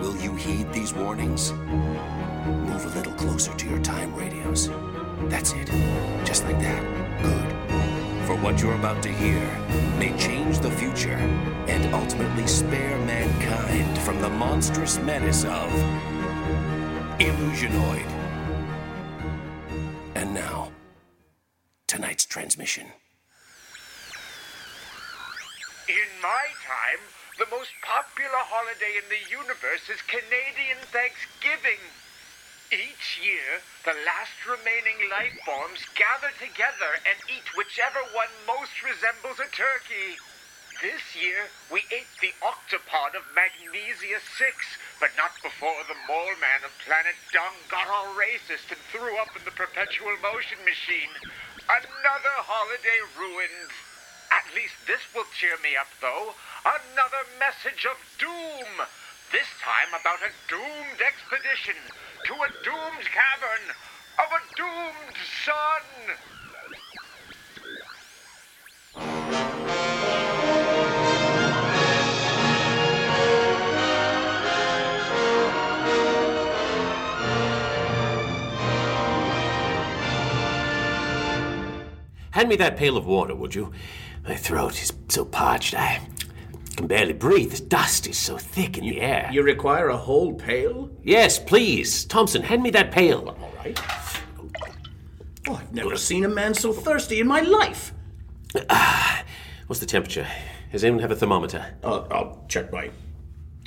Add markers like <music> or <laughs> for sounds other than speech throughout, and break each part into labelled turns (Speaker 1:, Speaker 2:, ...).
Speaker 1: Will you heed these warnings? Move a little closer to your time radios. That's it. Just like that. Good. For what you're about to hear may change the future and ultimately spare mankind from the monstrous menace of Illusionoid. And now, tonight's transmission.
Speaker 2: In my time, the most popular holiday in the universe is Canadian Thanksgiving. Each year, the last remaining life forms gather together and eat whichever one most resembles a turkey. This year, we ate the octopod of Magnesia 6, but not before the mole man of planet Dung got all racist and threw up in the perpetual motion machine. Another holiday ruined. At least this will cheer me up, though. Another message of doom. This time about a doomed expedition to a doomed cavern of a doomed sun.
Speaker 3: Hand me that pail of water, would you? My throat is so parched, I can barely breathe. The dust is so thick in the air.
Speaker 4: You require a whole pail?
Speaker 3: Yes, please. Thompson, hand me that pail.
Speaker 4: All right. Oh, I've never seen a man so thirsty in my life.
Speaker 3: Ah, What's the temperature? Does anyone have a thermometer?
Speaker 4: I'll, I'll check my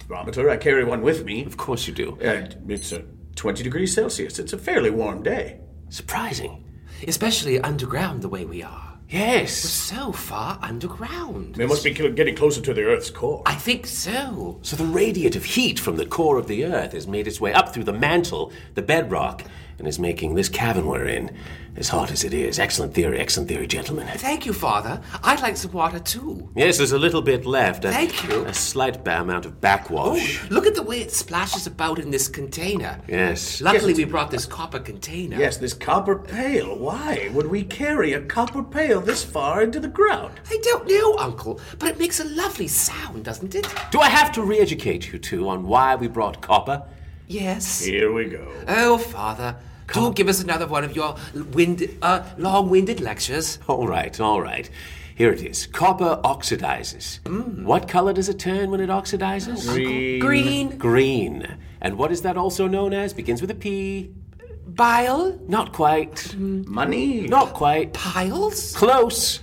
Speaker 4: thermometer. I carry one with me.
Speaker 3: Of course you do.
Speaker 4: Uh, it's uh, 20 degrees Celsius. It's a fairly warm day.
Speaker 3: Surprising.
Speaker 5: Especially underground the way we are.
Speaker 3: Yes.
Speaker 5: So far underground.
Speaker 4: They must be cl- getting closer to the Earth's core.
Speaker 5: I think so.
Speaker 3: So the radiative heat from the core of the Earth has made its way up through the mantle, the bedrock, and is making this cavern we're in as hot as it is. Excellent theory, excellent theory, gentlemen. <laughs>
Speaker 5: Thank you, Father. I'd like some water too.
Speaker 3: Yes, there's a little bit left. A,
Speaker 5: Thank you.
Speaker 3: A slight ba- amount of backwash.
Speaker 5: Oh, look at the way it splashes about in this container.
Speaker 3: Yes.
Speaker 5: Luckily, we brought this copper container.
Speaker 4: Yes, this copper pail. Why would we carry a copper pail this far into the ground?
Speaker 5: I don't know, Uncle, but it makes a lovely sound, doesn't it?
Speaker 3: Do I have to re educate you two on why we brought copper?
Speaker 5: Yes.
Speaker 4: Here we go.
Speaker 5: Oh, Father, do give us another one of your wind, uh, long-winded lectures.
Speaker 3: All right, all right. Here it is. Copper oxidizes. What color does it turn when it oxidizes?
Speaker 4: Green.
Speaker 5: Green
Speaker 3: Green. And what is that also known as? Begins with a P.
Speaker 5: bile
Speaker 3: Not quite.
Speaker 4: Money.
Speaker 3: Not quite.
Speaker 5: piles,
Speaker 3: Close.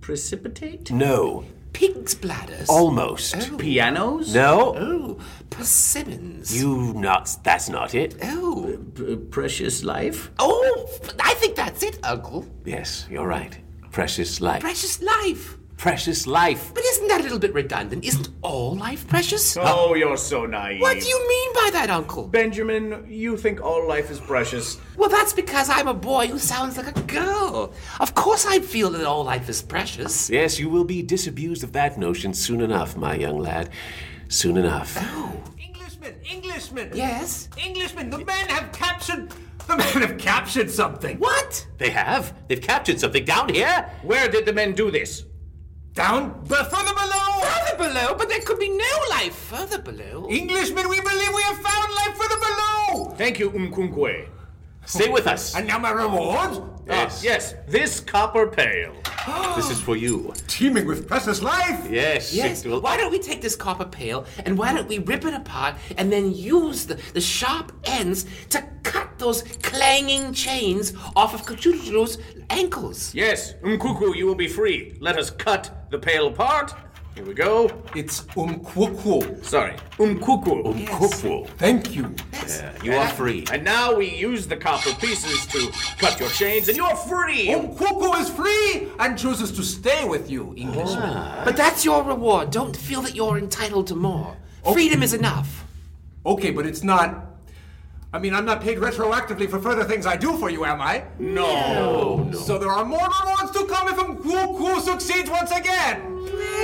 Speaker 4: Precipitate.
Speaker 3: No.
Speaker 5: pig's bladders.
Speaker 4: Oh.
Speaker 3: Almost.
Speaker 4: Pianos.
Speaker 3: No.
Speaker 5: Oh, persimmons.
Speaker 3: You not. That's not it.
Speaker 5: Oh.
Speaker 4: P- precious life.
Speaker 5: Oh, I think that's it, Uncle.
Speaker 3: Yes, you're right. Precious life.
Speaker 5: Precious life.
Speaker 3: Precious life.
Speaker 5: But isn't that a little bit redundant? Isn't all life precious?
Speaker 4: Oh, you're so naive.
Speaker 5: What do you mean by that, Uncle?
Speaker 4: Benjamin, you think all life is precious.
Speaker 5: Well, that's because I'm a boy who sounds like a girl. Of course I feel that all life is precious.
Speaker 3: Yes, you will be disabused of that notion soon enough, my young lad. Soon enough.
Speaker 4: Oh,
Speaker 6: Englishman, Englishman.
Speaker 5: Yes?
Speaker 6: Englishman, the men have captured. The men have captured something.
Speaker 5: What?
Speaker 3: They have. They've captured something down here.
Speaker 4: Where did the men do this?
Speaker 6: Down, but further below.
Speaker 5: Further below, but there could be no life further below.
Speaker 6: Englishman, we believe we have found life further below.
Speaker 4: Thank you, Umkunque.
Speaker 3: Stay with us.
Speaker 6: And now my reward?
Speaker 4: Yes. yes, this copper pail.
Speaker 3: <gasps> This is for you.
Speaker 7: Teeming with precious life!
Speaker 3: Yes.
Speaker 5: Yes.
Speaker 3: it will-
Speaker 5: Why don't we take this copper pail and why don't we rip it apart and then use the, the sharp ends to cut those clanging chains off of Cthulhu's ankles?
Speaker 4: Yes, Mkuku, you will be free. Let us cut the pale apart. Here we go.
Speaker 7: It's umquuquo.
Speaker 4: Sorry, Umkuku.
Speaker 3: Cookful.
Speaker 7: Thank you.
Speaker 3: Yeah, you are free.
Speaker 4: And now we use the copper pieces to cut your chains, and you're free.
Speaker 3: Oh,
Speaker 7: Umquuquo is free and chooses to stay with you, Englishman.
Speaker 4: Ah.
Speaker 5: But that's your reward. Don't feel that you're entitled to more.
Speaker 3: Oh.
Speaker 5: Freedom is enough.
Speaker 7: Okay, but it's not. I mean, I'm not paid retroactively for further things I do for you, am I?
Speaker 4: No.
Speaker 7: So there are more rewards to come if Umquuquo succeeds once again!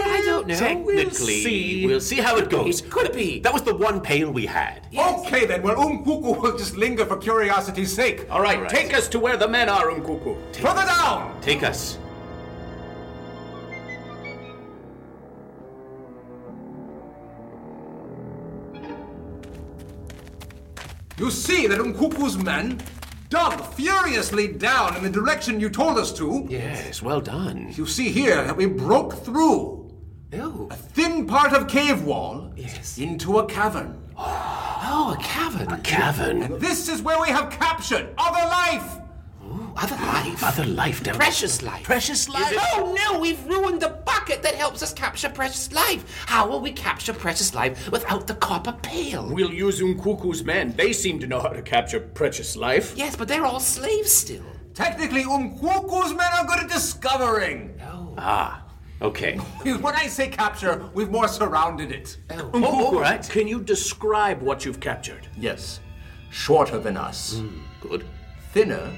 Speaker 5: I don't know.
Speaker 3: Technically,
Speaker 4: see.
Speaker 3: we'll see how it goes.
Speaker 5: It could be.
Speaker 3: That was the one pail we had.
Speaker 7: Okay then, well, Umquuquo will just linger for curiosity's sake.
Speaker 4: All right,
Speaker 3: All right.
Speaker 4: take us to where the men are, Umkuku.
Speaker 7: Further down!
Speaker 3: Take us.
Speaker 7: You see that Umkuku's men dug furiously down in the direction you told us to.
Speaker 3: Yes, well done.
Speaker 7: You see here that we broke through
Speaker 5: Oh,
Speaker 7: a thin part of cave wall into a cavern.
Speaker 5: oh, a cavern. A
Speaker 3: Cavern.
Speaker 7: This is where we have captured other life!
Speaker 5: Other life.
Speaker 3: Other life down
Speaker 5: Precious life.
Speaker 3: Precious life.
Speaker 5: Oh no, we've ruined the bucket that helps us capture precious life. How will we capture precious life without the copper pail?
Speaker 4: We'll use Umkuku's men. They seem to know how to capture precious life.
Speaker 5: Yes, but they're all slaves still.
Speaker 7: Technically, Umquuquo's men are good at discovering.
Speaker 3: Ah, okay.
Speaker 7: <laughs> When I say capture, we've more surrounded it.
Speaker 4: Mkuku,
Speaker 3: all right.
Speaker 4: Can you describe what you've captured?
Speaker 7: Yes. Shorter than us.
Speaker 3: Good.
Speaker 7: Thinner.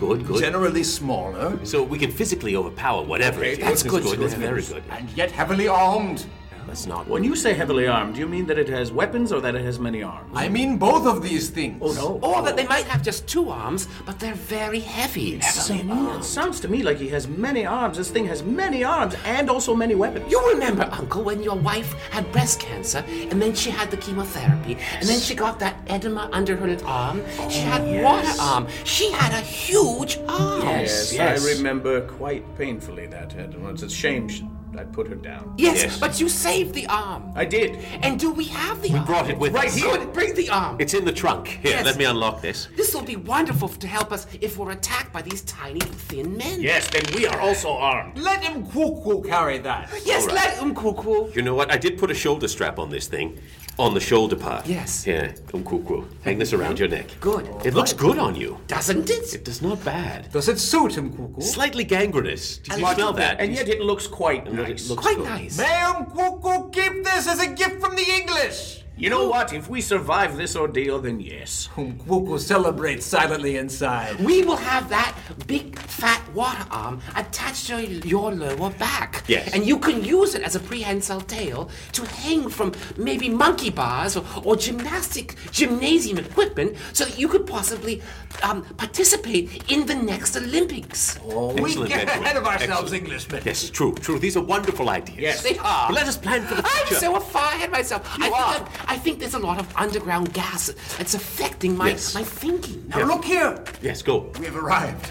Speaker 3: Good, good.
Speaker 7: Generally smaller.
Speaker 3: so we can physically overpower whatever it is.
Speaker 4: that's good,
Speaker 3: good. That's
Speaker 4: good.
Speaker 3: very good.
Speaker 7: And yet heavily armed.
Speaker 3: That's not
Speaker 4: When
Speaker 3: what
Speaker 4: you say heavily armed, do you mean that it has weapons or that it has many arms?
Speaker 7: I mean both of these things.
Speaker 4: Oh, no.
Speaker 5: Or that they might have just two arms, but they're very heavy.
Speaker 4: It sounds to me like he has many arms. This thing has many arms and also many weapons.
Speaker 5: You remember, Uncle, when your wife had breast cancer, and then she had the chemotherapy, and then she got that edema under her arm. she
Speaker 3: Oh,
Speaker 5: had water arm. She had a huge arm.
Speaker 4: Yes, I remember quite painfully that, Ed. and It's a shame sh- I put her down.
Speaker 5: Yes, but you saved the arm.
Speaker 4: I did.
Speaker 5: And do we have the arm?
Speaker 3: brought it with
Speaker 5: right
Speaker 3: us.
Speaker 5: here. Good, bring the arm.
Speaker 3: It's in the trunk. Here,
Speaker 5: Yes.
Speaker 3: let me unlock this.
Speaker 5: This will be wonderful to help us if we're attacked by these tiny, thin men.
Speaker 4: Yes, then we are also armed.
Speaker 7: Let Umquuquo carry that.
Speaker 5: Yes, let Umkuku.
Speaker 3: You know what? I did put a shoulder strap on this thing, on the shoulder part.
Speaker 5: Yes.
Speaker 3: Here, umkuku. Hang this around your neck.
Speaker 5: Good.
Speaker 3: It looks good on you.
Speaker 5: Doesn't it?
Speaker 3: It does not bad.
Speaker 7: Does it suit Umquuquo?
Speaker 3: Slightly gangrenous. Did you
Speaker 5: like
Speaker 3: smell
Speaker 5: it.
Speaker 3: that?
Speaker 4: And yet it looks quite
Speaker 3: And yet
Speaker 4: nice.
Speaker 3: it looks
Speaker 5: Quite
Speaker 3: good.
Speaker 5: nice.
Speaker 7: May Umquuquo keep this as a gift from the English.
Speaker 4: You know what? If we survive this ordeal, then yes.
Speaker 7: Umquuquo celebrates silently inside.
Speaker 5: We will have that big fat water arm attached to your lower back.
Speaker 3: Yes.
Speaker 5: And you can use it as a prehensile tail to hang from maybe monkey bars or, or gymnastic gymnasium equipment so that you could possibly um, participate in the next Olympics.
Speaker 7: We
Speaker 3: Excellent,
Speaker 7: get
Speaker 3: Edward.
Speaker 7: ahead of ourselves,
Speaker 3: Excellent.
Speaker 7: Englishmen.
Speaker 3: Yes, true, true. These are wonderful ideas.
Speaker 4: Yes.
Speaker 5: They are.
Speaker 3: But <laughs> let us plan for the
Speaker 5: I'm
Speaker 3: future.
Speaker 5: so far ahead of myself.
Speaker 3: are.
Speaker 5: I, Think I'm- I think there's a lot of underground gas that's affecting my,
Speaker 3: Yes.
Speaker 5: my thinking.
Speaker 7: Now look here.
Speaker 3: yes, go. Ah.
Speaker 7: We have arrived.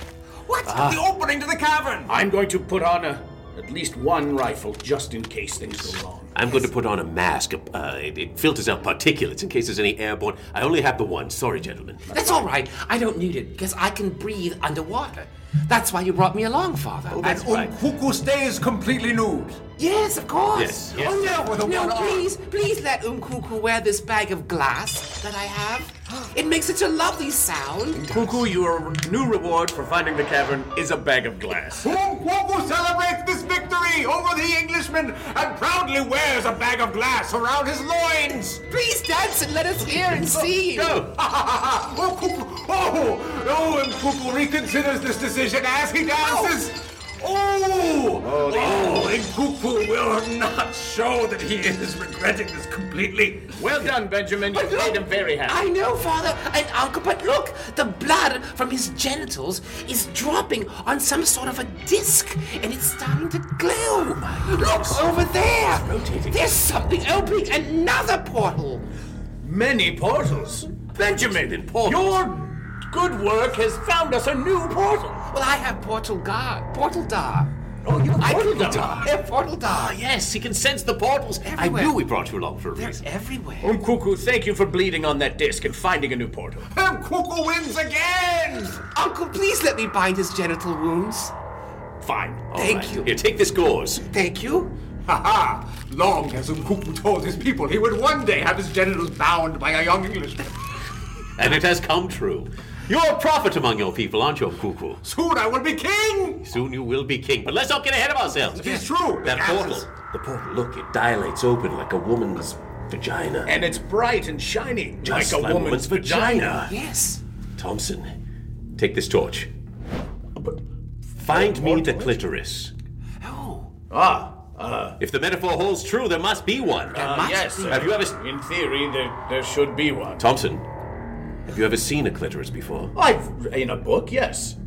Speaker 7: What? The opening to the cavern.
Speaker 4: I'm going to put on a, at least one rifle just in case things go wrong.
Speaker 3: I'm going to put on a mask. Uh, it, it filters out particulates in case there's any airborne. I only have the one. Sorry, gentlemen.
Speaker 5: That's all right. I don't need it because I can breathe underwater. That's why you brought me along, Father.
Speaker 3: Oh,
Speaker 7: and Umkuku stays completely nude.
Speaker 5: yes, of course.
Speaker 3: Yes, yes.
Speaker 5: Oh
Speaker 7: With
Speaker 5: no,
Speaker 7: a
Speaker 5: no!
Speaker 7: one arm.
Speaker 5: Please, please let Umkuku wear this bag of glass that I have. It makes such a lovely sound.
Speaker 4: Kuku, your new reward for finding the cavern is a bag of glass.
Speaker 7: Umkuku celebrates this victory over the Englishman and proudly wears a bag of glass around his loins.
Speaker 5: Please dance and let us hear
Speaker 7: <laughs>
Speaker 5: and see.
Speaker 7: Go! Umkuku, oh, oh, Umkuku reconsiders this decision as he dances. Oh, oh, Umkuku will not show that he is regretting this completely.
Speaker 4: Well done, Benjamin. You
Speaker 5: But look-
Speaker 4: made him very happy.
Speaker 5: I know, Father and Uncle, but look, the blood from his genitals is dropping on some sort of a disc, and it's starting to glow. Look over there. There's something opening another portal.
Speaker 4: Many portals. Benjamin,
Speaker 3: portals.
Speaker 4: your good work has found us a new portal.
Speaker 5: Well, I have portal guard, portal dar.
Speaker 7: Oh, you
Speaker 3: I
Speaker 7: portal
Speaker 3: can go
Speaker 7: dog.
Speaker 5: They're portal dogs.
Speaker 3: Yes, he can sense the portals.
Speaker 5: Everywhere.
Speaker 3: I knew we brought you along for a
Speaker 5: They're
Speaker 3: reason.
Speaker 5: everywhere.
Speaker 4: Umkuku, thank you for bleeding on that disc and finding a new portal.
Speaker 7: Um, Cuckoo wins again!
Speaker 5: Uncle, please let me bind his genital wounds.
Speaker 3: Fine. All
Speaker 5: Thank
Speaker 3: right.
Speaker 5: you.
Speaker 3: Here, take this gauze.
Speaker 5: Thank you.
Speaker 7: Ha ha! Long has Umkuku told his people he would one day have his genitals bound by a young Englishman.
Speaker 3: And it has come true. You're a prophet among your people, aren't you, Cuckoo?
Speaker 7: Soon I will be king!
Speaker 3: Soon you will be king, but let's not get ahead of ourselves.
Speaker 7: It is true.
Speaker 3: That
Speaker 7: Yes.
Speaker 3: portal. The portal, look, it dilates open like a woman's vagina.
Speaker 4: And it's bright and shiny,
Speaker 3: Just
Speaker 4: like a woman's,
Speaker 3: vagina.
Speaker 5: Yes.
Speaker 3: Thompson, take this torch. Find me the clitoris.
Speaker 5: Oh,
Speaker 4: Ah, uh,
Speaker 3: If the metaphor holds true, there must be one.
Speaker 5: must
Speaker 4: yes.
Speaker 5: be.
Speaker 4: sir.
Speaker 3: Have you ever s-
Speaker 4: In theory, there, there should be one.
Speaker 3: Thompson, have you ever seen a clitoris before?
Speaker 4: I've in a book, yes.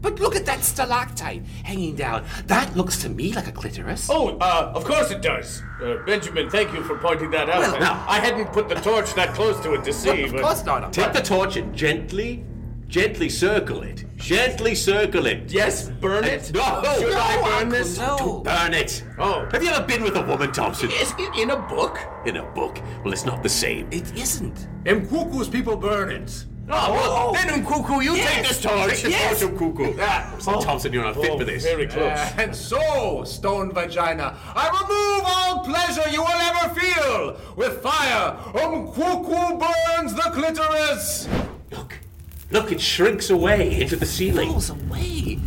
Speaker 5: But look at that stalactite hanging down. That looks to me like a clitoris.
Speaker 4: Oh, uh, of course it does. Uh, Benjamin, thank you for pointing that out.
Speaker 5: Well,
Speaker 4: I-
Speaker 3: now-
Speaker 4: I hadn't put the torch that close to it to see,
Speaker 5: of
Speaker 4: but
Speaker 5: course not.
Speaker 3: Take the torch and gently, gently circle it. Gently circle it.
Speaker 4: yes, burn it.
Speaker 3: No,
Speaker 4: should
Speaker 3: no,
Speaker 4: I burn
Speaker 5: Uncle,
Speaker 4: this?
Speaker 5: no.
Speaker 3: To burn it.
Speaker 4: Oh.
Speaker 3: Have you ever been with a woman,
Speaker 5: <laughs>
Speaker 3: Thompson?
Speaker 4: Is it in a book?
Speaker 3: In a book. Well, it's not the same.
Speaker 5: It isn't.
Speaker 7: Mkuku's people burn it.
Speaker 4: Oh, well,
Speaker 5: Oh.
Speaker 4: then Unkuku, you
Speaker 5: Yes.
Speaker 4: take this torch.
Speaker 3: Take the
Speaker 5: Yes.
Speaker 3: torch of Cuckoo. So,
Speaker 5: Oh.
Speaker 3: Thompson, you're not fit for this.
Speaker 4: Very close.
Speaker 7: And so, stone vagina, I remove all pleasure you will ever feel. With fire, Umkuku burns the clitoris.
Speaker 3: Look. Look, it shrinks away into the
Speaker 5: It
Speaker 3: ceiling.
Speaker 5: goes away.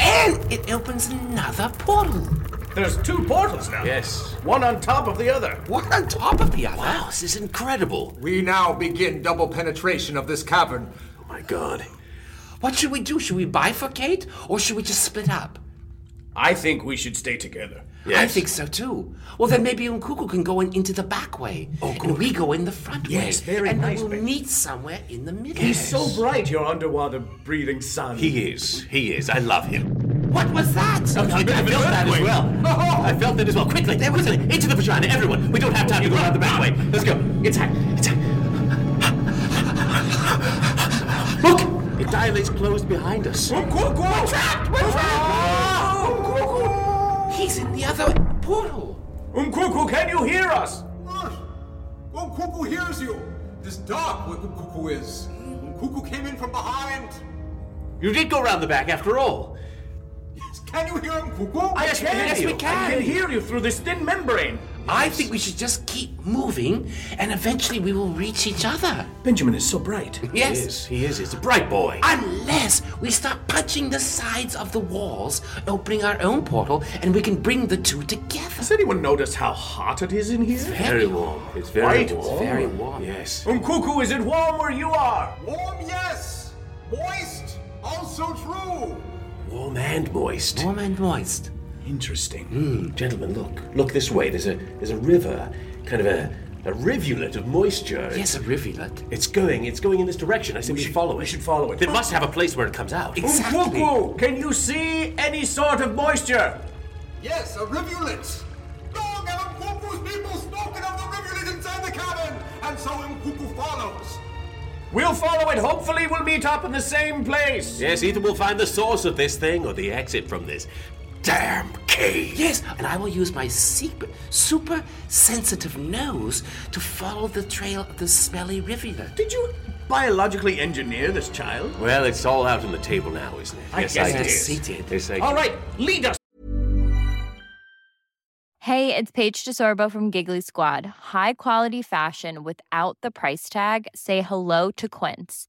Speaker 5: And it opens another portal.
Speaker 4: There's two portals now.
Speaker 3: Yes.
Speaker 4: One on top of the other.
Speaker 5: One on top of the other.
Speaker 3: Wow, this is incredible.
Speaker 7: We now begin double penetration of this cavern.
Speaker 3: Oh my god.
Speaker 5: What should we do? Should we bifurcate or should we just split up?
Speaker 4: I think we should stay together.
Speaker 5: I think so too. Well, then maybe Unkuku can go in into the back way, and we go in the front way.
Speaker 4: Oh, Yes, very
Speaker 5: and
Speaker 4: nice,
Speaker 5: we'll
Speaker 4: Ben.
Speaker 5: meet somewhere in the middle.
Speaker 4: He's so bright, your underwater breathing sun.
Speaker 3: He is. He is. I love him. Oh,
Speaker 5: What was that? Oh.
Speaker 3: I, I felt that as well. I felt that as well. Quickly, there was into the vagina, everyone. We don't have time to go around the back way. Let's go. It's hot. It's hot. Look! It dilates closed behind us.
Speaker 4: Um,
Speaker 7: Umkuku! We're trapped! We're trapped! Umkuku!
Speaker 5: He's in the other portal.
Speaker 4: Umkuku, Um, can you hear us?
Speaker 7: Umkuku hears you. This dark where Umkuku is. Umkuku came in from behind.
Speaker 3: You did go around the back after all.
Speaker 7: Can you hear Umkuku?
Speaker 3: Ah, Yes, we hear
Speaker 4: yes,
Speaker 3: you.
Speaker 4: we can. I can hear you through this thin membrane.
Speaker 5: I think we should just keep moving, and eventually we will reach each other.
Speaker 4: Benjamin is so <laughs> bright.
Speaker 5: Yes.
Speaker 3: He is. He is. He's a bright boy.
Speaker 5: Unless we start punching the sides of the walls, opening our own portal, and we can bring the two together.
Speaker 4: Has anyone noticed how hot it is in here?
Speaker 3: Very warm. It's very
Speaker 4: Quite
Speaker 3: warm.
Speaker 4: warm.
Speaker 5: Very warm.
Speaker 3: Yes.
Speaker 4: Umkuku, is it warm where you are?
Speaker 7: Warm, yes. Moist, also true.
Speaker 3: Warm and moist. Hmm,
Speaker 5: Warm and moist.
Speaker 4: Interesting.
Speaker 3: Gentlemen, look. Look this way. There's a there's a river, kind of a a rivulet of moisture.
Speaker 5: Yes, a rivulet.
Speaker 3: It's going. It's going in this direction. I said we, should follow it. We
Speaker 4: should follow it.
Speaker 3: It must have a place where it comes out.
Speaker 5: Exactly.
Speaker 4: Umkuku, can you see any sort of moisture?
Speaker 7: Yes, a rivulet. Long have Umkuku's people spoken of the rivulet inside the cavern, and so Umkuku follows.
Speaker 4: We'll follow it. Hopefully, we'll meet up in the same place.
Speaker 3: Yes, either we'll find the source of this thing or the exit from this damn cave.
Speaker 5: Yes, and I will use my secret, super sensitive nose to follow the trail of the smelly rivulet.
Speaker 4: Did you biologically engineer this child?
Speaker 3: Well, it's all out on the table now, isn't it?
Speaker 4: I guess it
Speaker 5: is. Yes, he did.
Speaker 3: Yes, I
Speaker 4: All
Speaker 3: did.
Speaker 4: right, lead us.
Speaker 8: Hey, it's Paige DeSorbo from Giggly Squad. High quality fashion without the price tag. Say hello to Quince.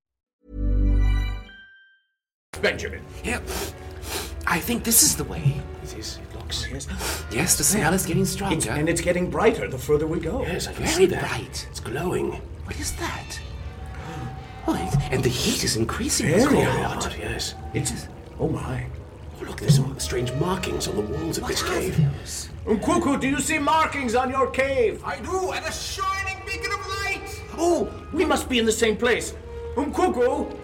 Speaker 4: Benjamin.
Speaker 5: Here, I think this is the way.
Speaker 3: It is. It looks. Yes,
Speaker 5: Yes, the smell is getting stronger.
Speaker 4: It's, and it's getting brighter the further we go.
Speaker 3: I can
Speaker 5: Very
Speaker 3: see that.
Speaker 5: bright.
Speaker 3: It's glowing.
Speaker 5: What is that? Oh, it- and the heat is increasing. It's
Speaker 4: Very
Speaker 5: cold.
Speaker 4: hot.
Speaker 3: Yes.
Speaker 4: It's. Oh my.
Speaker 3: Look, there's some strange markings on the walls of this cave.
Speaker 4: Mkuku, do you see markings on your cave?
Speaker 7: I do, and a shining beacon of light!
Speaker 4: Oh, we must be in the same place. Mkuku,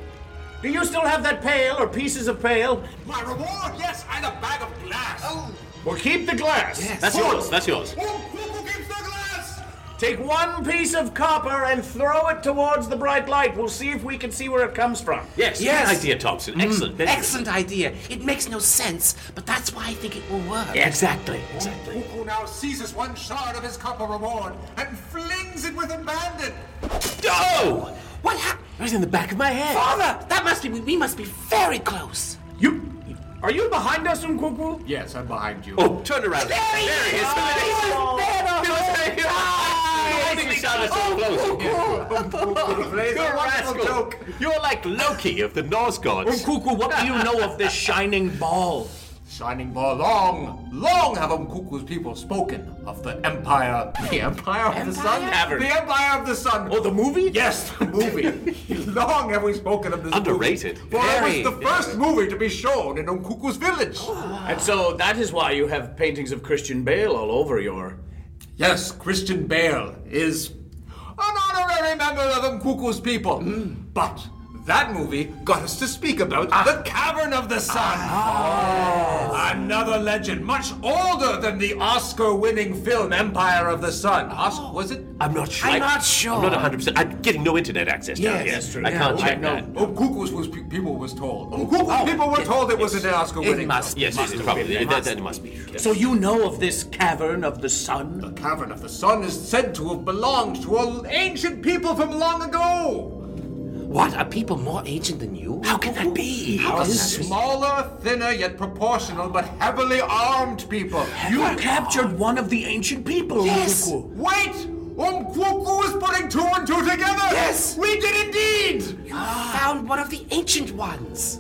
Speaker 4: do you still have that pail or pieces of pail?
Speaker 7: My reward, yes, and a bag of glass. Oh,
Speaker 4: Well, keep the glass.
Speaker 3: That's yours, that's yours.
Speaker 7: Cuckoo gives the glass!
Speaker 4: Take one piece of copper and throw it towards the bright light. We'll see if we can see where it comes from. Mm-hmm.
Speaker 3: Yes,
Speaker 5: Yes.
Speaker 3: good idea, Thompson. Excellent. very good.
Speaker 5: Excellent idea. It makes no sense, but that's why I think it will work.
Speaker 3: Exactly, exactly.
Speaker 7: Cuckoo now seizes one shard of his copper reward and flings it
Speaker 3: <laughs>
Speaker 7: with abandon.
Speaker 3: Oh!
Speaker 5: What happened?
Speaker 3: Right in the back of my head.
Speaker 5: Father, that must be. We must be very close.
Speaker 4: You. Are you behind us, Mkuku?
Speaker 7: Yes, I'm behind you.
Speaker 3: Oh, turn around.
Speaker 5: There he
Speaker 3: there he
Speaker 5: is.
Speaker 3: is. He
Speaker 5: Oh.
Speaker 3: was there. He was there. Ah,
Speaker 5: Yes,
Speaker 3: we
Speaker 5: he
Speaker 3: shot us so close.
Speaker 7: Plays
Speaker 3: You're
Speaker 7: a
Speaker 3: a
Speaker 7: wonderful
Speaker 3: rascal.
Speaker 7: joke.
Speaker 3: You're like Loki of the Norse gods.
Speaker 4: Mkuku, what do you know of this shining ball?
Speaker 7: Shining ball long, long have Umkuku's people spoken of the Empire. The Empire of the Sun?
Speaker 3: Tavern.
Speaker 7: The Empire of the Sun.
Speaker 4: Oh, the movie?
Speaker 7: Yes, the movie. long have we spoken of this movie.
Speaker 3: Underrated.
Speaker 7: For
Speaker 5: Very.
Speaker 7: it was the first movie to be shown in Umkuku's village.
Speaker 4: And so that is why you have paintings of Christian Bale all over your.
Speaker 7: Yes, Christian Bale is an honorary member of Mkuku's people. But that movie got us to speak about The Cavern of the Sun. Ah. Oh. Another legend, much older than the Oscar winning film Empire of the Sun. Oscar, was it?
Speaker 3: I'm not sure.
Speaker 5: I'm
Speaker 3: I-
Speaker 5: not sure.
Speaker 3: I'm not 100%. I'm getting no internet access down
Speaker 5: Yes,
Speaker 3: here.
Speaker 5: that's true.
Speaker 3: I can't
Speaker 5: Yeah,
Speaker 3: check that.
Speaker 7: Mkuku's Oh, was, people was told. Mkuku's Oh, people were told it was an Oscar
Speaker 5: It
Speaker 7: winning
Speaker 5: must.
Speaker 7: film.
Speaker 3: Yes, it
Speaker 5: must
Speaker 3: is
Speaker 5: have
Speaker 3: probably.
Speaker 5: been.
Speaker 3: It that, that must be.
Speaker 4: So you know of this cavern of the sun?
Speaker 7: The Cavern of the Sun is said to have belonged to an ancient people from long ago.
Speaker 5: What are people more ancient than you?
Speaker 3: How can that be?
Speaker 7: A
Speaker 5: is that?
Speaker 7: smaller, thinner, yet proportional, but heavily armed people.
Speaker 4: You captured one of the ancient people,
Speaker 5: Yes.
Speaker 4: Mkuku.
Speaker 7: Wait! Umkuku is putting two and two together!
Speaker 5: Yes!
Speaker 7: We did indeed!
Speaker 3: Ah.
Speaker 5: Found one of the ancient ones.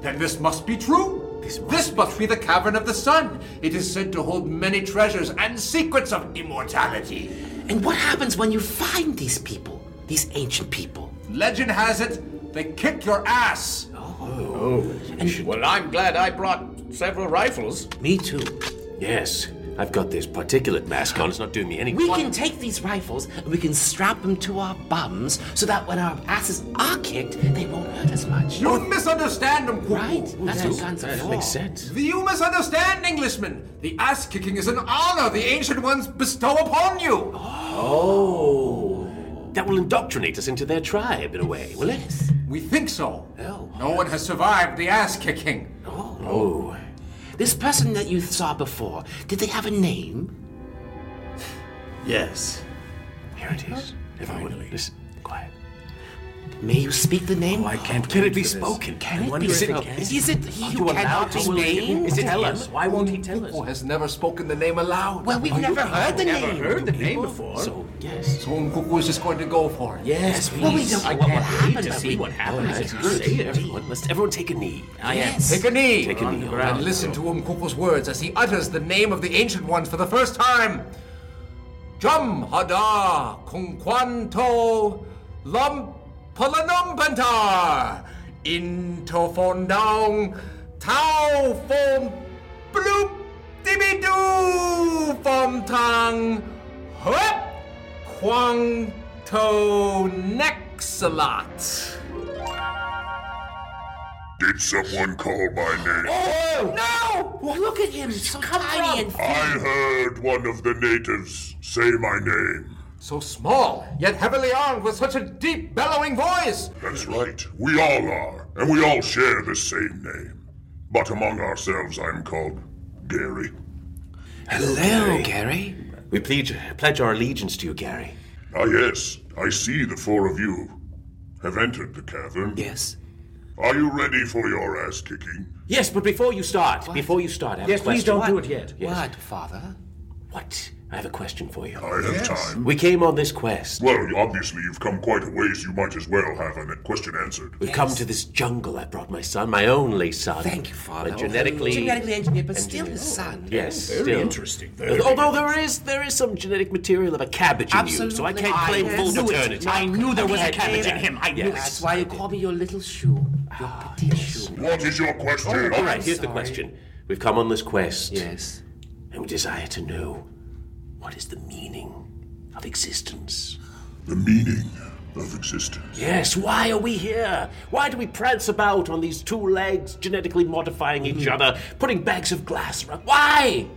Speaker 7: Then this must be true. This must, be the Cavern of the Sun. It is said to hold many treasures and secrets of immortality.
Speaker 5: And what happens when you find these people? These ancient people.
Speaker 7: Legend has it, they kick your ass.
Speaker 4: Well, I'm glad I brought several rifles.
Speaker 5: Me too.
Speaker 3: Yes, I've got this particulate mask on. It's not doing me any
Speaker 5: We can take these rifles and we can strap them to our bums so that when our asses are kicked, they won't hurt as much.
Speaker 7: You misunderstand, Umkuku.
Speaker 5: Right? That's what guns are
Speaker 3: That
Speaker 5: for.
Speaker 3: makes sense.
Speaker 7: You misunderstand, Englishman. The ass kicking is an honor the ancient ones bestow upon you.
Speaker 3: That will indoctrinate us into their tribe in a way, will it?
Speaker 7: We think so.
Speaker 5: Oh.
Speaker 7: No one has survived the ass kicking.
Speaker 3: Oh.
Speaker 5: This person that you saw before, did they have a name?
Speaker 4: Yes.
Speaker 3: Here it is. Everyone, listen. Quiet.
Speaker 5: May you speak the
Speaker 3: Oh,
Speaker 5: name?
Speaker 4: I can't.
Speaker 3: Can it be spoken?
Speaker 5: Can it
Speaker 4: wonder
Speaker 5: be
Speaker 4: if it
Speaker 5: said?
Speaker 4: can.
Speaker 5: Is it he
Speaker 3: you
Speaker 5: who
Speaker 3: allowed
Speaker 5: cannot be
Speaker 3: to
Speaker 5: named?
Speaker 3: Is it tell us? Why won't he tell
Speaker 7: Who
Speaker 3: us?
Speaker 7: has never spoken the name aloud?
Speaker 5: Well, we've never heard the name.
Speaker 4: the name before.
Speaker 3: So yes.
Speaker 7: so Nkuku is just going to go for it.
Speaker 3: Yes,
Speaker 5: Well, we don't know what will happen. but we-
Speaker 3: happens if you say it. Everyone, must everyone take a knee.
Speaker 5: Yes.
Speaker 7: Take a knee.
Speaker 3: Take a knee.
Speaker 7: And listen to Umkuku's words as he utters the name of the ancient ones for the first time. Jum hada kunquanto lum palanumpantar intofondong tau fom bloop dibidu fom tang hup quanto nexalot.
Speaker 2: Did someone call my name?
Speaker 5: No! Look at him, so tiny and
Speaker 2: I heard one of the natives say my name.
Speaker 7: So small, yet heavily armed with such a deep, bellowing voice.
Speaker 2: That's right. We all are, and we all share the same name. But among ourselves, I'm called Gary.
Speaker 5: Hello, Gary.
Speaker 3: We pledge, pledge our allegiance to you, Gary.
Speaker 2: Ah, yes, I see the four of you have entered the cavern.
Speaker 5: Yes.
Speaker 2: Are you ready for your ass kicking?
Speaker 3: Yes, but before you start, before you start, I have
Speaker 4: Yes,
Speaker 3: a
Speaker 4: please
Speaker 3: question.
Speaker 4: don't do it yet.
Speaker 5: What, Father?
Speaker 3: What? I have a question for you.
Speaker 2: I have time.
Speaker 3: We came on this quest.
Speaker 2: Well, obviously, you've come quite a ways. You might as well have a question answered.
Speaker 3: We've come to this jungle. I brought my son, my only son.
Speaker 5: Thank you, Father.
Speaker 3: A genetically,
Speaker 5: Genetically engineered, but still his son.
Speaker 3: Yes,
Speaker 4: Very
Speaker 3: still.
Speaker 4: interesting.
Speaker 3: Although there is there is some genetic material of a cabbage in you, so I
Speaker 5: Absolutely.
Speaker 3: can't
Speaker 5: I
Speaker 3: claim full
Speaker 5: knew it.
Speaker 3: paternity.
Speaker 5: I knew there was a
Speaker 3: I
Speaker 5: cabbage in
Speaker 3: that.
Speaker 4: him. I knew
Speaker 3: Yes.
Speaker 4: it.
Speaker 5: That's why you call me your little shoe.
Speaker 2: What is your question?
Speaker 3: Oh, All right, here's the question. We've come on this quest,
Speaker 5: Yes.
Speaker 3: and we desire to know what is the meaning of existence?
Speaker 2: The meaning of existence.
Speaker 3: Yes, why are we here? Why do we prance about on these two legs, genetically modifying
Speaker 5: Mm-hmm.
Speaker 3: each other, putting bags of glass around? Why?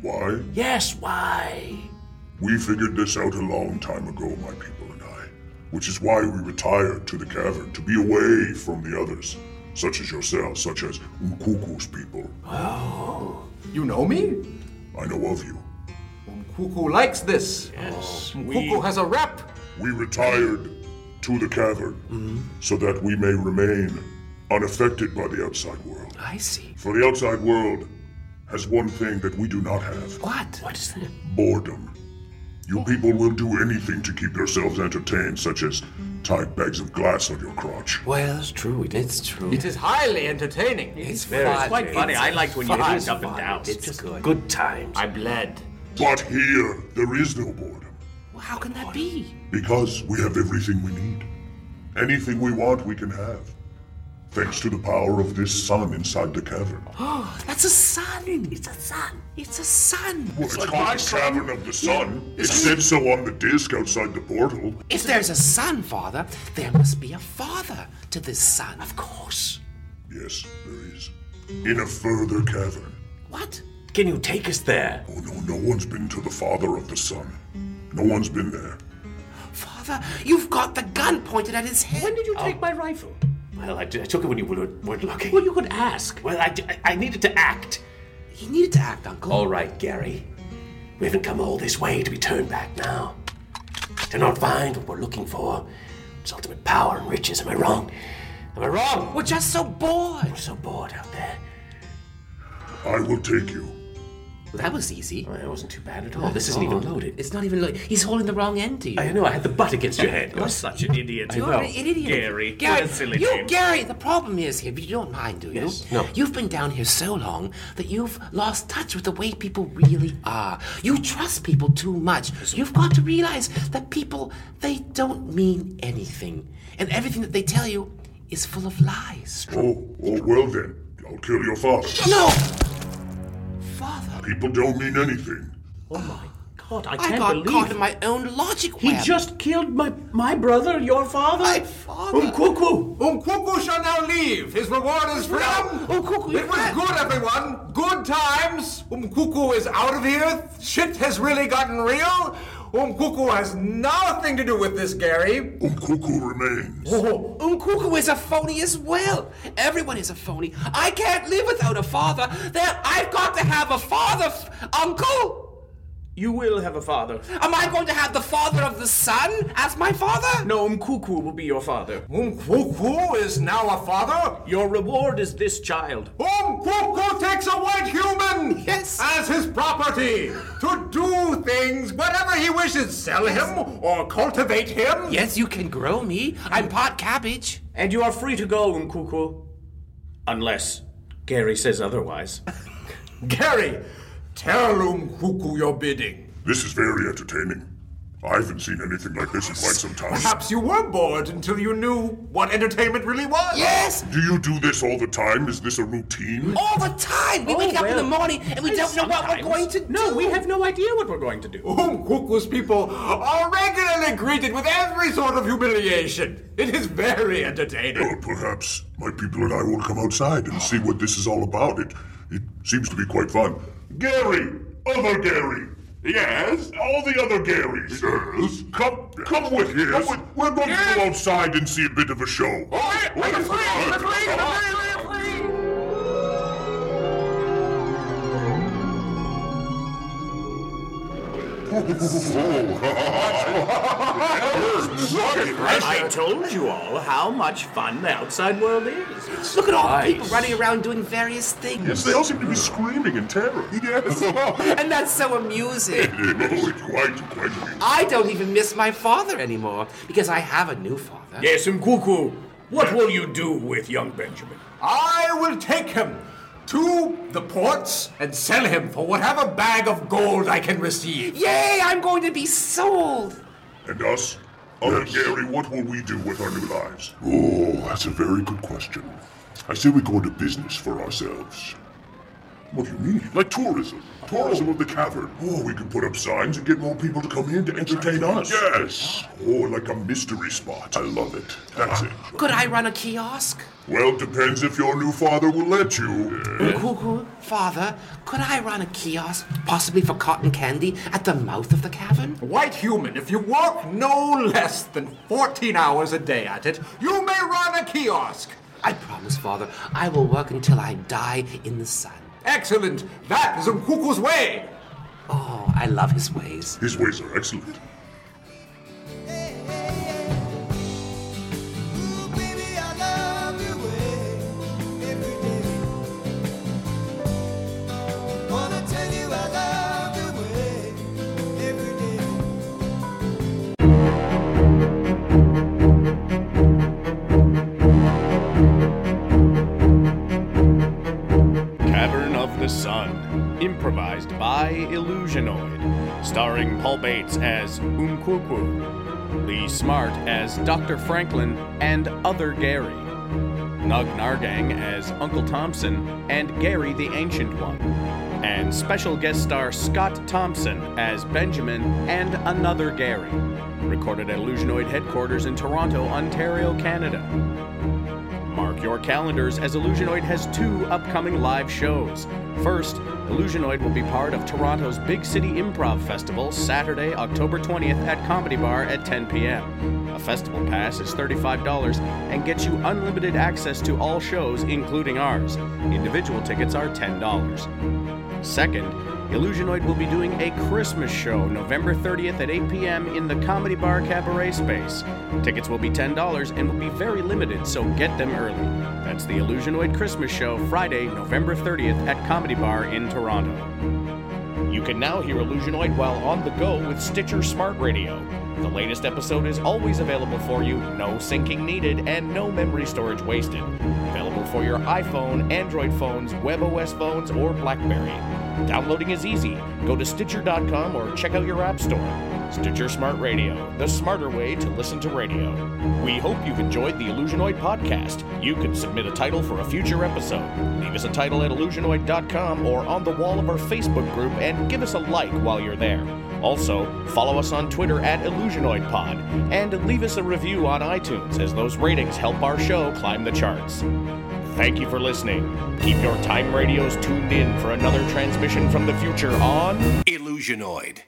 Speaker 2: Why?
Speaker 3: Yes, why?
Speaker 2: We figured this out a long time ago, my people and I, which is why we retired to the cavern to be away from the others, such as yourselves, such as Umkuku's people.
Speaker 7: You know me?
Speaker 2: I know of you.
Speaker 7: Mkuku likes this. Yes. Mkuku has a rep.
Speaker 2: We retired to the cavern so that we may remain unaffected by the outside world.
Speaker 5: I see.
Speaker 2: For the outside world has one thing that we do not have
Speaker 5: What? What is that?
Speaker 2: boredom. You people will do anything to keep yourselves entertained, such as tie bags of glass on your crotch.
Speaker 5: Well, it's true. We did. It's true.
Speaker 7: It is highly entertaining.
Speaker 5: It's fun.
Speaker 4: Quite funny. I liked when you
Speaker 5: fun.
Speaker 4: hit up and down.
Speaker 5: It's good.
Speaker 3: Good times.
Speaker 4: I bled.
Speaker 2: But here, there is no boredom.
Speaker 5: Well, How can that be? <gasps>
Speaker 2: Because we have everything we need. Anything we want, we can have. Thanks to the power of this sun inside the cavern.
Speaker 5: That's a sun. It's a sun. It's a sun.
Speaker 2: Well, it's called the Cavern of the Sun. It said so on the disc outside the portal.
Speaker 5: If there's a son, Father, there must be a father to this son. Of course.
Speaker 2: Yes, there is. In a further cavern.
Speaker 5: What?
Speaker 3: Can you take us there?
Speaker 2: Oh no, no one's been to the Father of the Sun. No one's been there.
Speaker 5: Father, you've got the gun pointed at his head.
Speaker 4: When did you take my rifle?
Speaker 3: Oh. Well, I, I took it when you were, weren't looking.
Speaker 4: Well, you could ask.
Speaker 3: Well, I, I needed to act.
Speaker 5: He needed to act, Uncle.
Speaker 3: All right, Gary. We haven't come all this way to be turned back now. To not find what we're looking for. It's ultimate power and riches. Am I wrong? Am I wrong?
Speaker 5: We're just so bored.
Speaker 3: I'm so bored out there.
Speaker 2: I will take you.
Speaker 5: Well, that was easy.
Speaker 3: Well, that wasn't too bad at all. Oh, This isn't even loaded.
Speaker 5: It's not even loaded. He's holding the wrong end to you.
Speaker 3: I know, I had the butt against your head.
Speaker 4: You're such an idiot.
Speaker 5: You're an idiot.
Speaker 4: Gary,
Speaker 5: Gary,
Speaker 4: what a silly
Speaker 5: you,
Speaker 4: name.
Speaker 5: Gary. The problem is here. If you don't mind, do you?
Speaker 3: Yes. No.
Speaker 5: You've been down here so long that you've lost touch with the way people really are. You trust people too much. You've got to realize that people they don't mean anything, and everything that they tell you is full of lies.
Speaker 2: Oh, oh well then. I'll kill your father.
Speaker 5: No, Father.
Speaker 2: People don't mean anything.
Speaker 4: God, I
Speaker 5: I
Speaker 4: can't
Speaker 5: got
Speaker 4: believe
Speaker 5: caught in my own logic
Speaker 4: He
Speaker 5: web.
Speaker 4: just killed my my brother, your father.
Speaker 5: My father.
Speaker 4: Umkuku.
Speaker 7: Mkuku shall now leave. His reward is freedom.
Speaker 5: Mkuku, you
Speaker 7: it was
Speaker 5: can't-
Speaker 7: good, everyone. Good times. Mkuku is out of here. Shit has really gotten real. Mkuku has nothing to do with this, Gary.
Speaker 2: Umkuku remains.
Speaker 5: Unkuku is a phony as well. Everyone is a phony. I can't live without a father. There, I've got to have a father, f- uncle.
Speaker 4: You will have a father.
Speaker 5: Am I going to have the father of the son as my father?
Speaker 4: No, Umkuku will be your father.
Speaker 7: Mkuku is now a father.
Speaker 4: Your reward is this child.
Speaker 7: Mkuku takes a white human
Speaker 5: Yes.
Speaker 7: as his property to do things whatever he wishes. Sell him or cultivate him.
Speaker 5: Yes, you can grow me. I'm pot cabbage.
Speaker 4: And you are free to go, Umkuku. Unless Gary says otherwise.
Speaker 7: Gary, tell Mkuku your bidding.
Speaker 2: This is very entertaining. I haven't seen anything like this in quite some time.
Speaker 7: Perhaps you were bored until you knew what entertainment really was.
Speaker 5: Yes,
Speaker 2: Do you do this all the time? Is this a routine?
Speaker 5: all the time. We
Speaker 4: Oh,
Speaker 5: wake up in
Speaker 4: well.
Speaker 5: the morning and we don't know what we're going
Speaker 4: Sometimes.
Speaker 5: to do.
Speaker 4: No, we have no idea what we're going to do.
Speaker 7: Umkuku's people are regularly greeted with every sort of humiliation. It is very
Speaker 2: Or
Speaker 7: entertaining.
Speaker 2: perhaps my people and I will come outside and see what this is all about. It it seems to be quite fun. Gary, other Gary. Yes, all the other Garys. Yes. Come, come with us. We're going to go outside and see a bit of a show. <laughs> <laughs>
Speaker 4: I told you all how much fun the outside world is.
Speaker 5: Look at all the people running around doing various things.
Speaker 2: Yes, they all seem to be screaming in terror. <laughs> Yes.
Speaker 5: <laughs> And that's so amusing.
Speaker 2: <laughs> oh, it's quite, quite weird.
Speaker 5: I don't even miss my father anymore because I have a new father.
Speaker 4: Yes, Umkuku. What will you do with young Benjamin?
Speaker 7: I will take him to the ports and sell him for whatever bag of gold I can receive.
Speaker 5: Yay, I'm going to be sold.
Speaker 2: And us? Other Gary, what will we do with our new lives? Oh, that's a very good question. I say we go into business for ourselves. What do you mean? Oh. Like tourism. Tourism of the cavern. Oh, we could put up signs and get more people to come in to entertain us. Yes. Ah. Or like a mystery spot. I love it. That's it.
Speaker 5: Could I run a kiosk?
Speaker 2: Well, depends if your new father will let you.
Speaker 5: Cuckoo, father, could I run a kiosk, possibly for cotton candy, at the mouth of the cavern?
Speaker 7: White human, if you work no less than 14 hours a day at it, you may run a kiosk.
Speaker 5: I promise, father, I will work until I die in the sun.
Speaker 7: Excellent. That is Mkuku's way.
Speaker 5: Oh, I love his ways.
Speaker 2: His ways are excellent.
Speaker 4: Cavern of the Sun, improvised by Illusionoid, starring Paul Bates as Umkwukwu, Lee Smart as Dr. Franklin and other Gary, Nug Nargang as Uncle Thompson and Gary the Ancient One, and special guest star Scott Thompson as Benjamin and another Gary. Recorded at Illusionoid headquarters in Toronto, Ontario, Canada. Mark your calendars as Illusionoid has two upcoming live shows. First, Illusionoid will be part of Toronto's Big City Improv Festival Saturday, October 20th at Comedy Bar at 10 p.m. A festival pass is $35 and gets you unlimited access to all shows, including ours. Individual tickets are $10. Second, Illusionoid will be doing a Christmas show November 30th at 8 p.m. in the Comedy Bar Cabaret space. Tickets will be $10 and will be very limited, so get them early. That's the Illusionoid Christmas show Friday, November 30th at Comedy Bar in Toronto. You can now hear Illusionoid while on the go with Stitcher Smart Radio. The latest episode is always available for you, no syncing needed, and no memory storage wasted. Available for your iPhone, Android phones, WebOS phones, or Blackberry. Downloading is easy. Go to Stitcher.com or check out your app store. Stitcher Smart Radio, the smarter way to listen to radio. We hope you've enjoyed the Illusionoid podcast. You can submit a title for a future episode. Leave us a title at illusionoid.com or on the wall of our Facebook group and give us a like while you're there. Also, follow us on Twitter at IllusionoidPod and leave us a review on iTunes as those ratings help our show climb the charts. Thank you for listening. Keep your time radios tuned in for another transmission from the future on
Speaker 3: Illusionoid.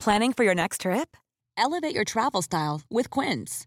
Speaker 8: Planning for your next trip? Elevate your travel style with Quince.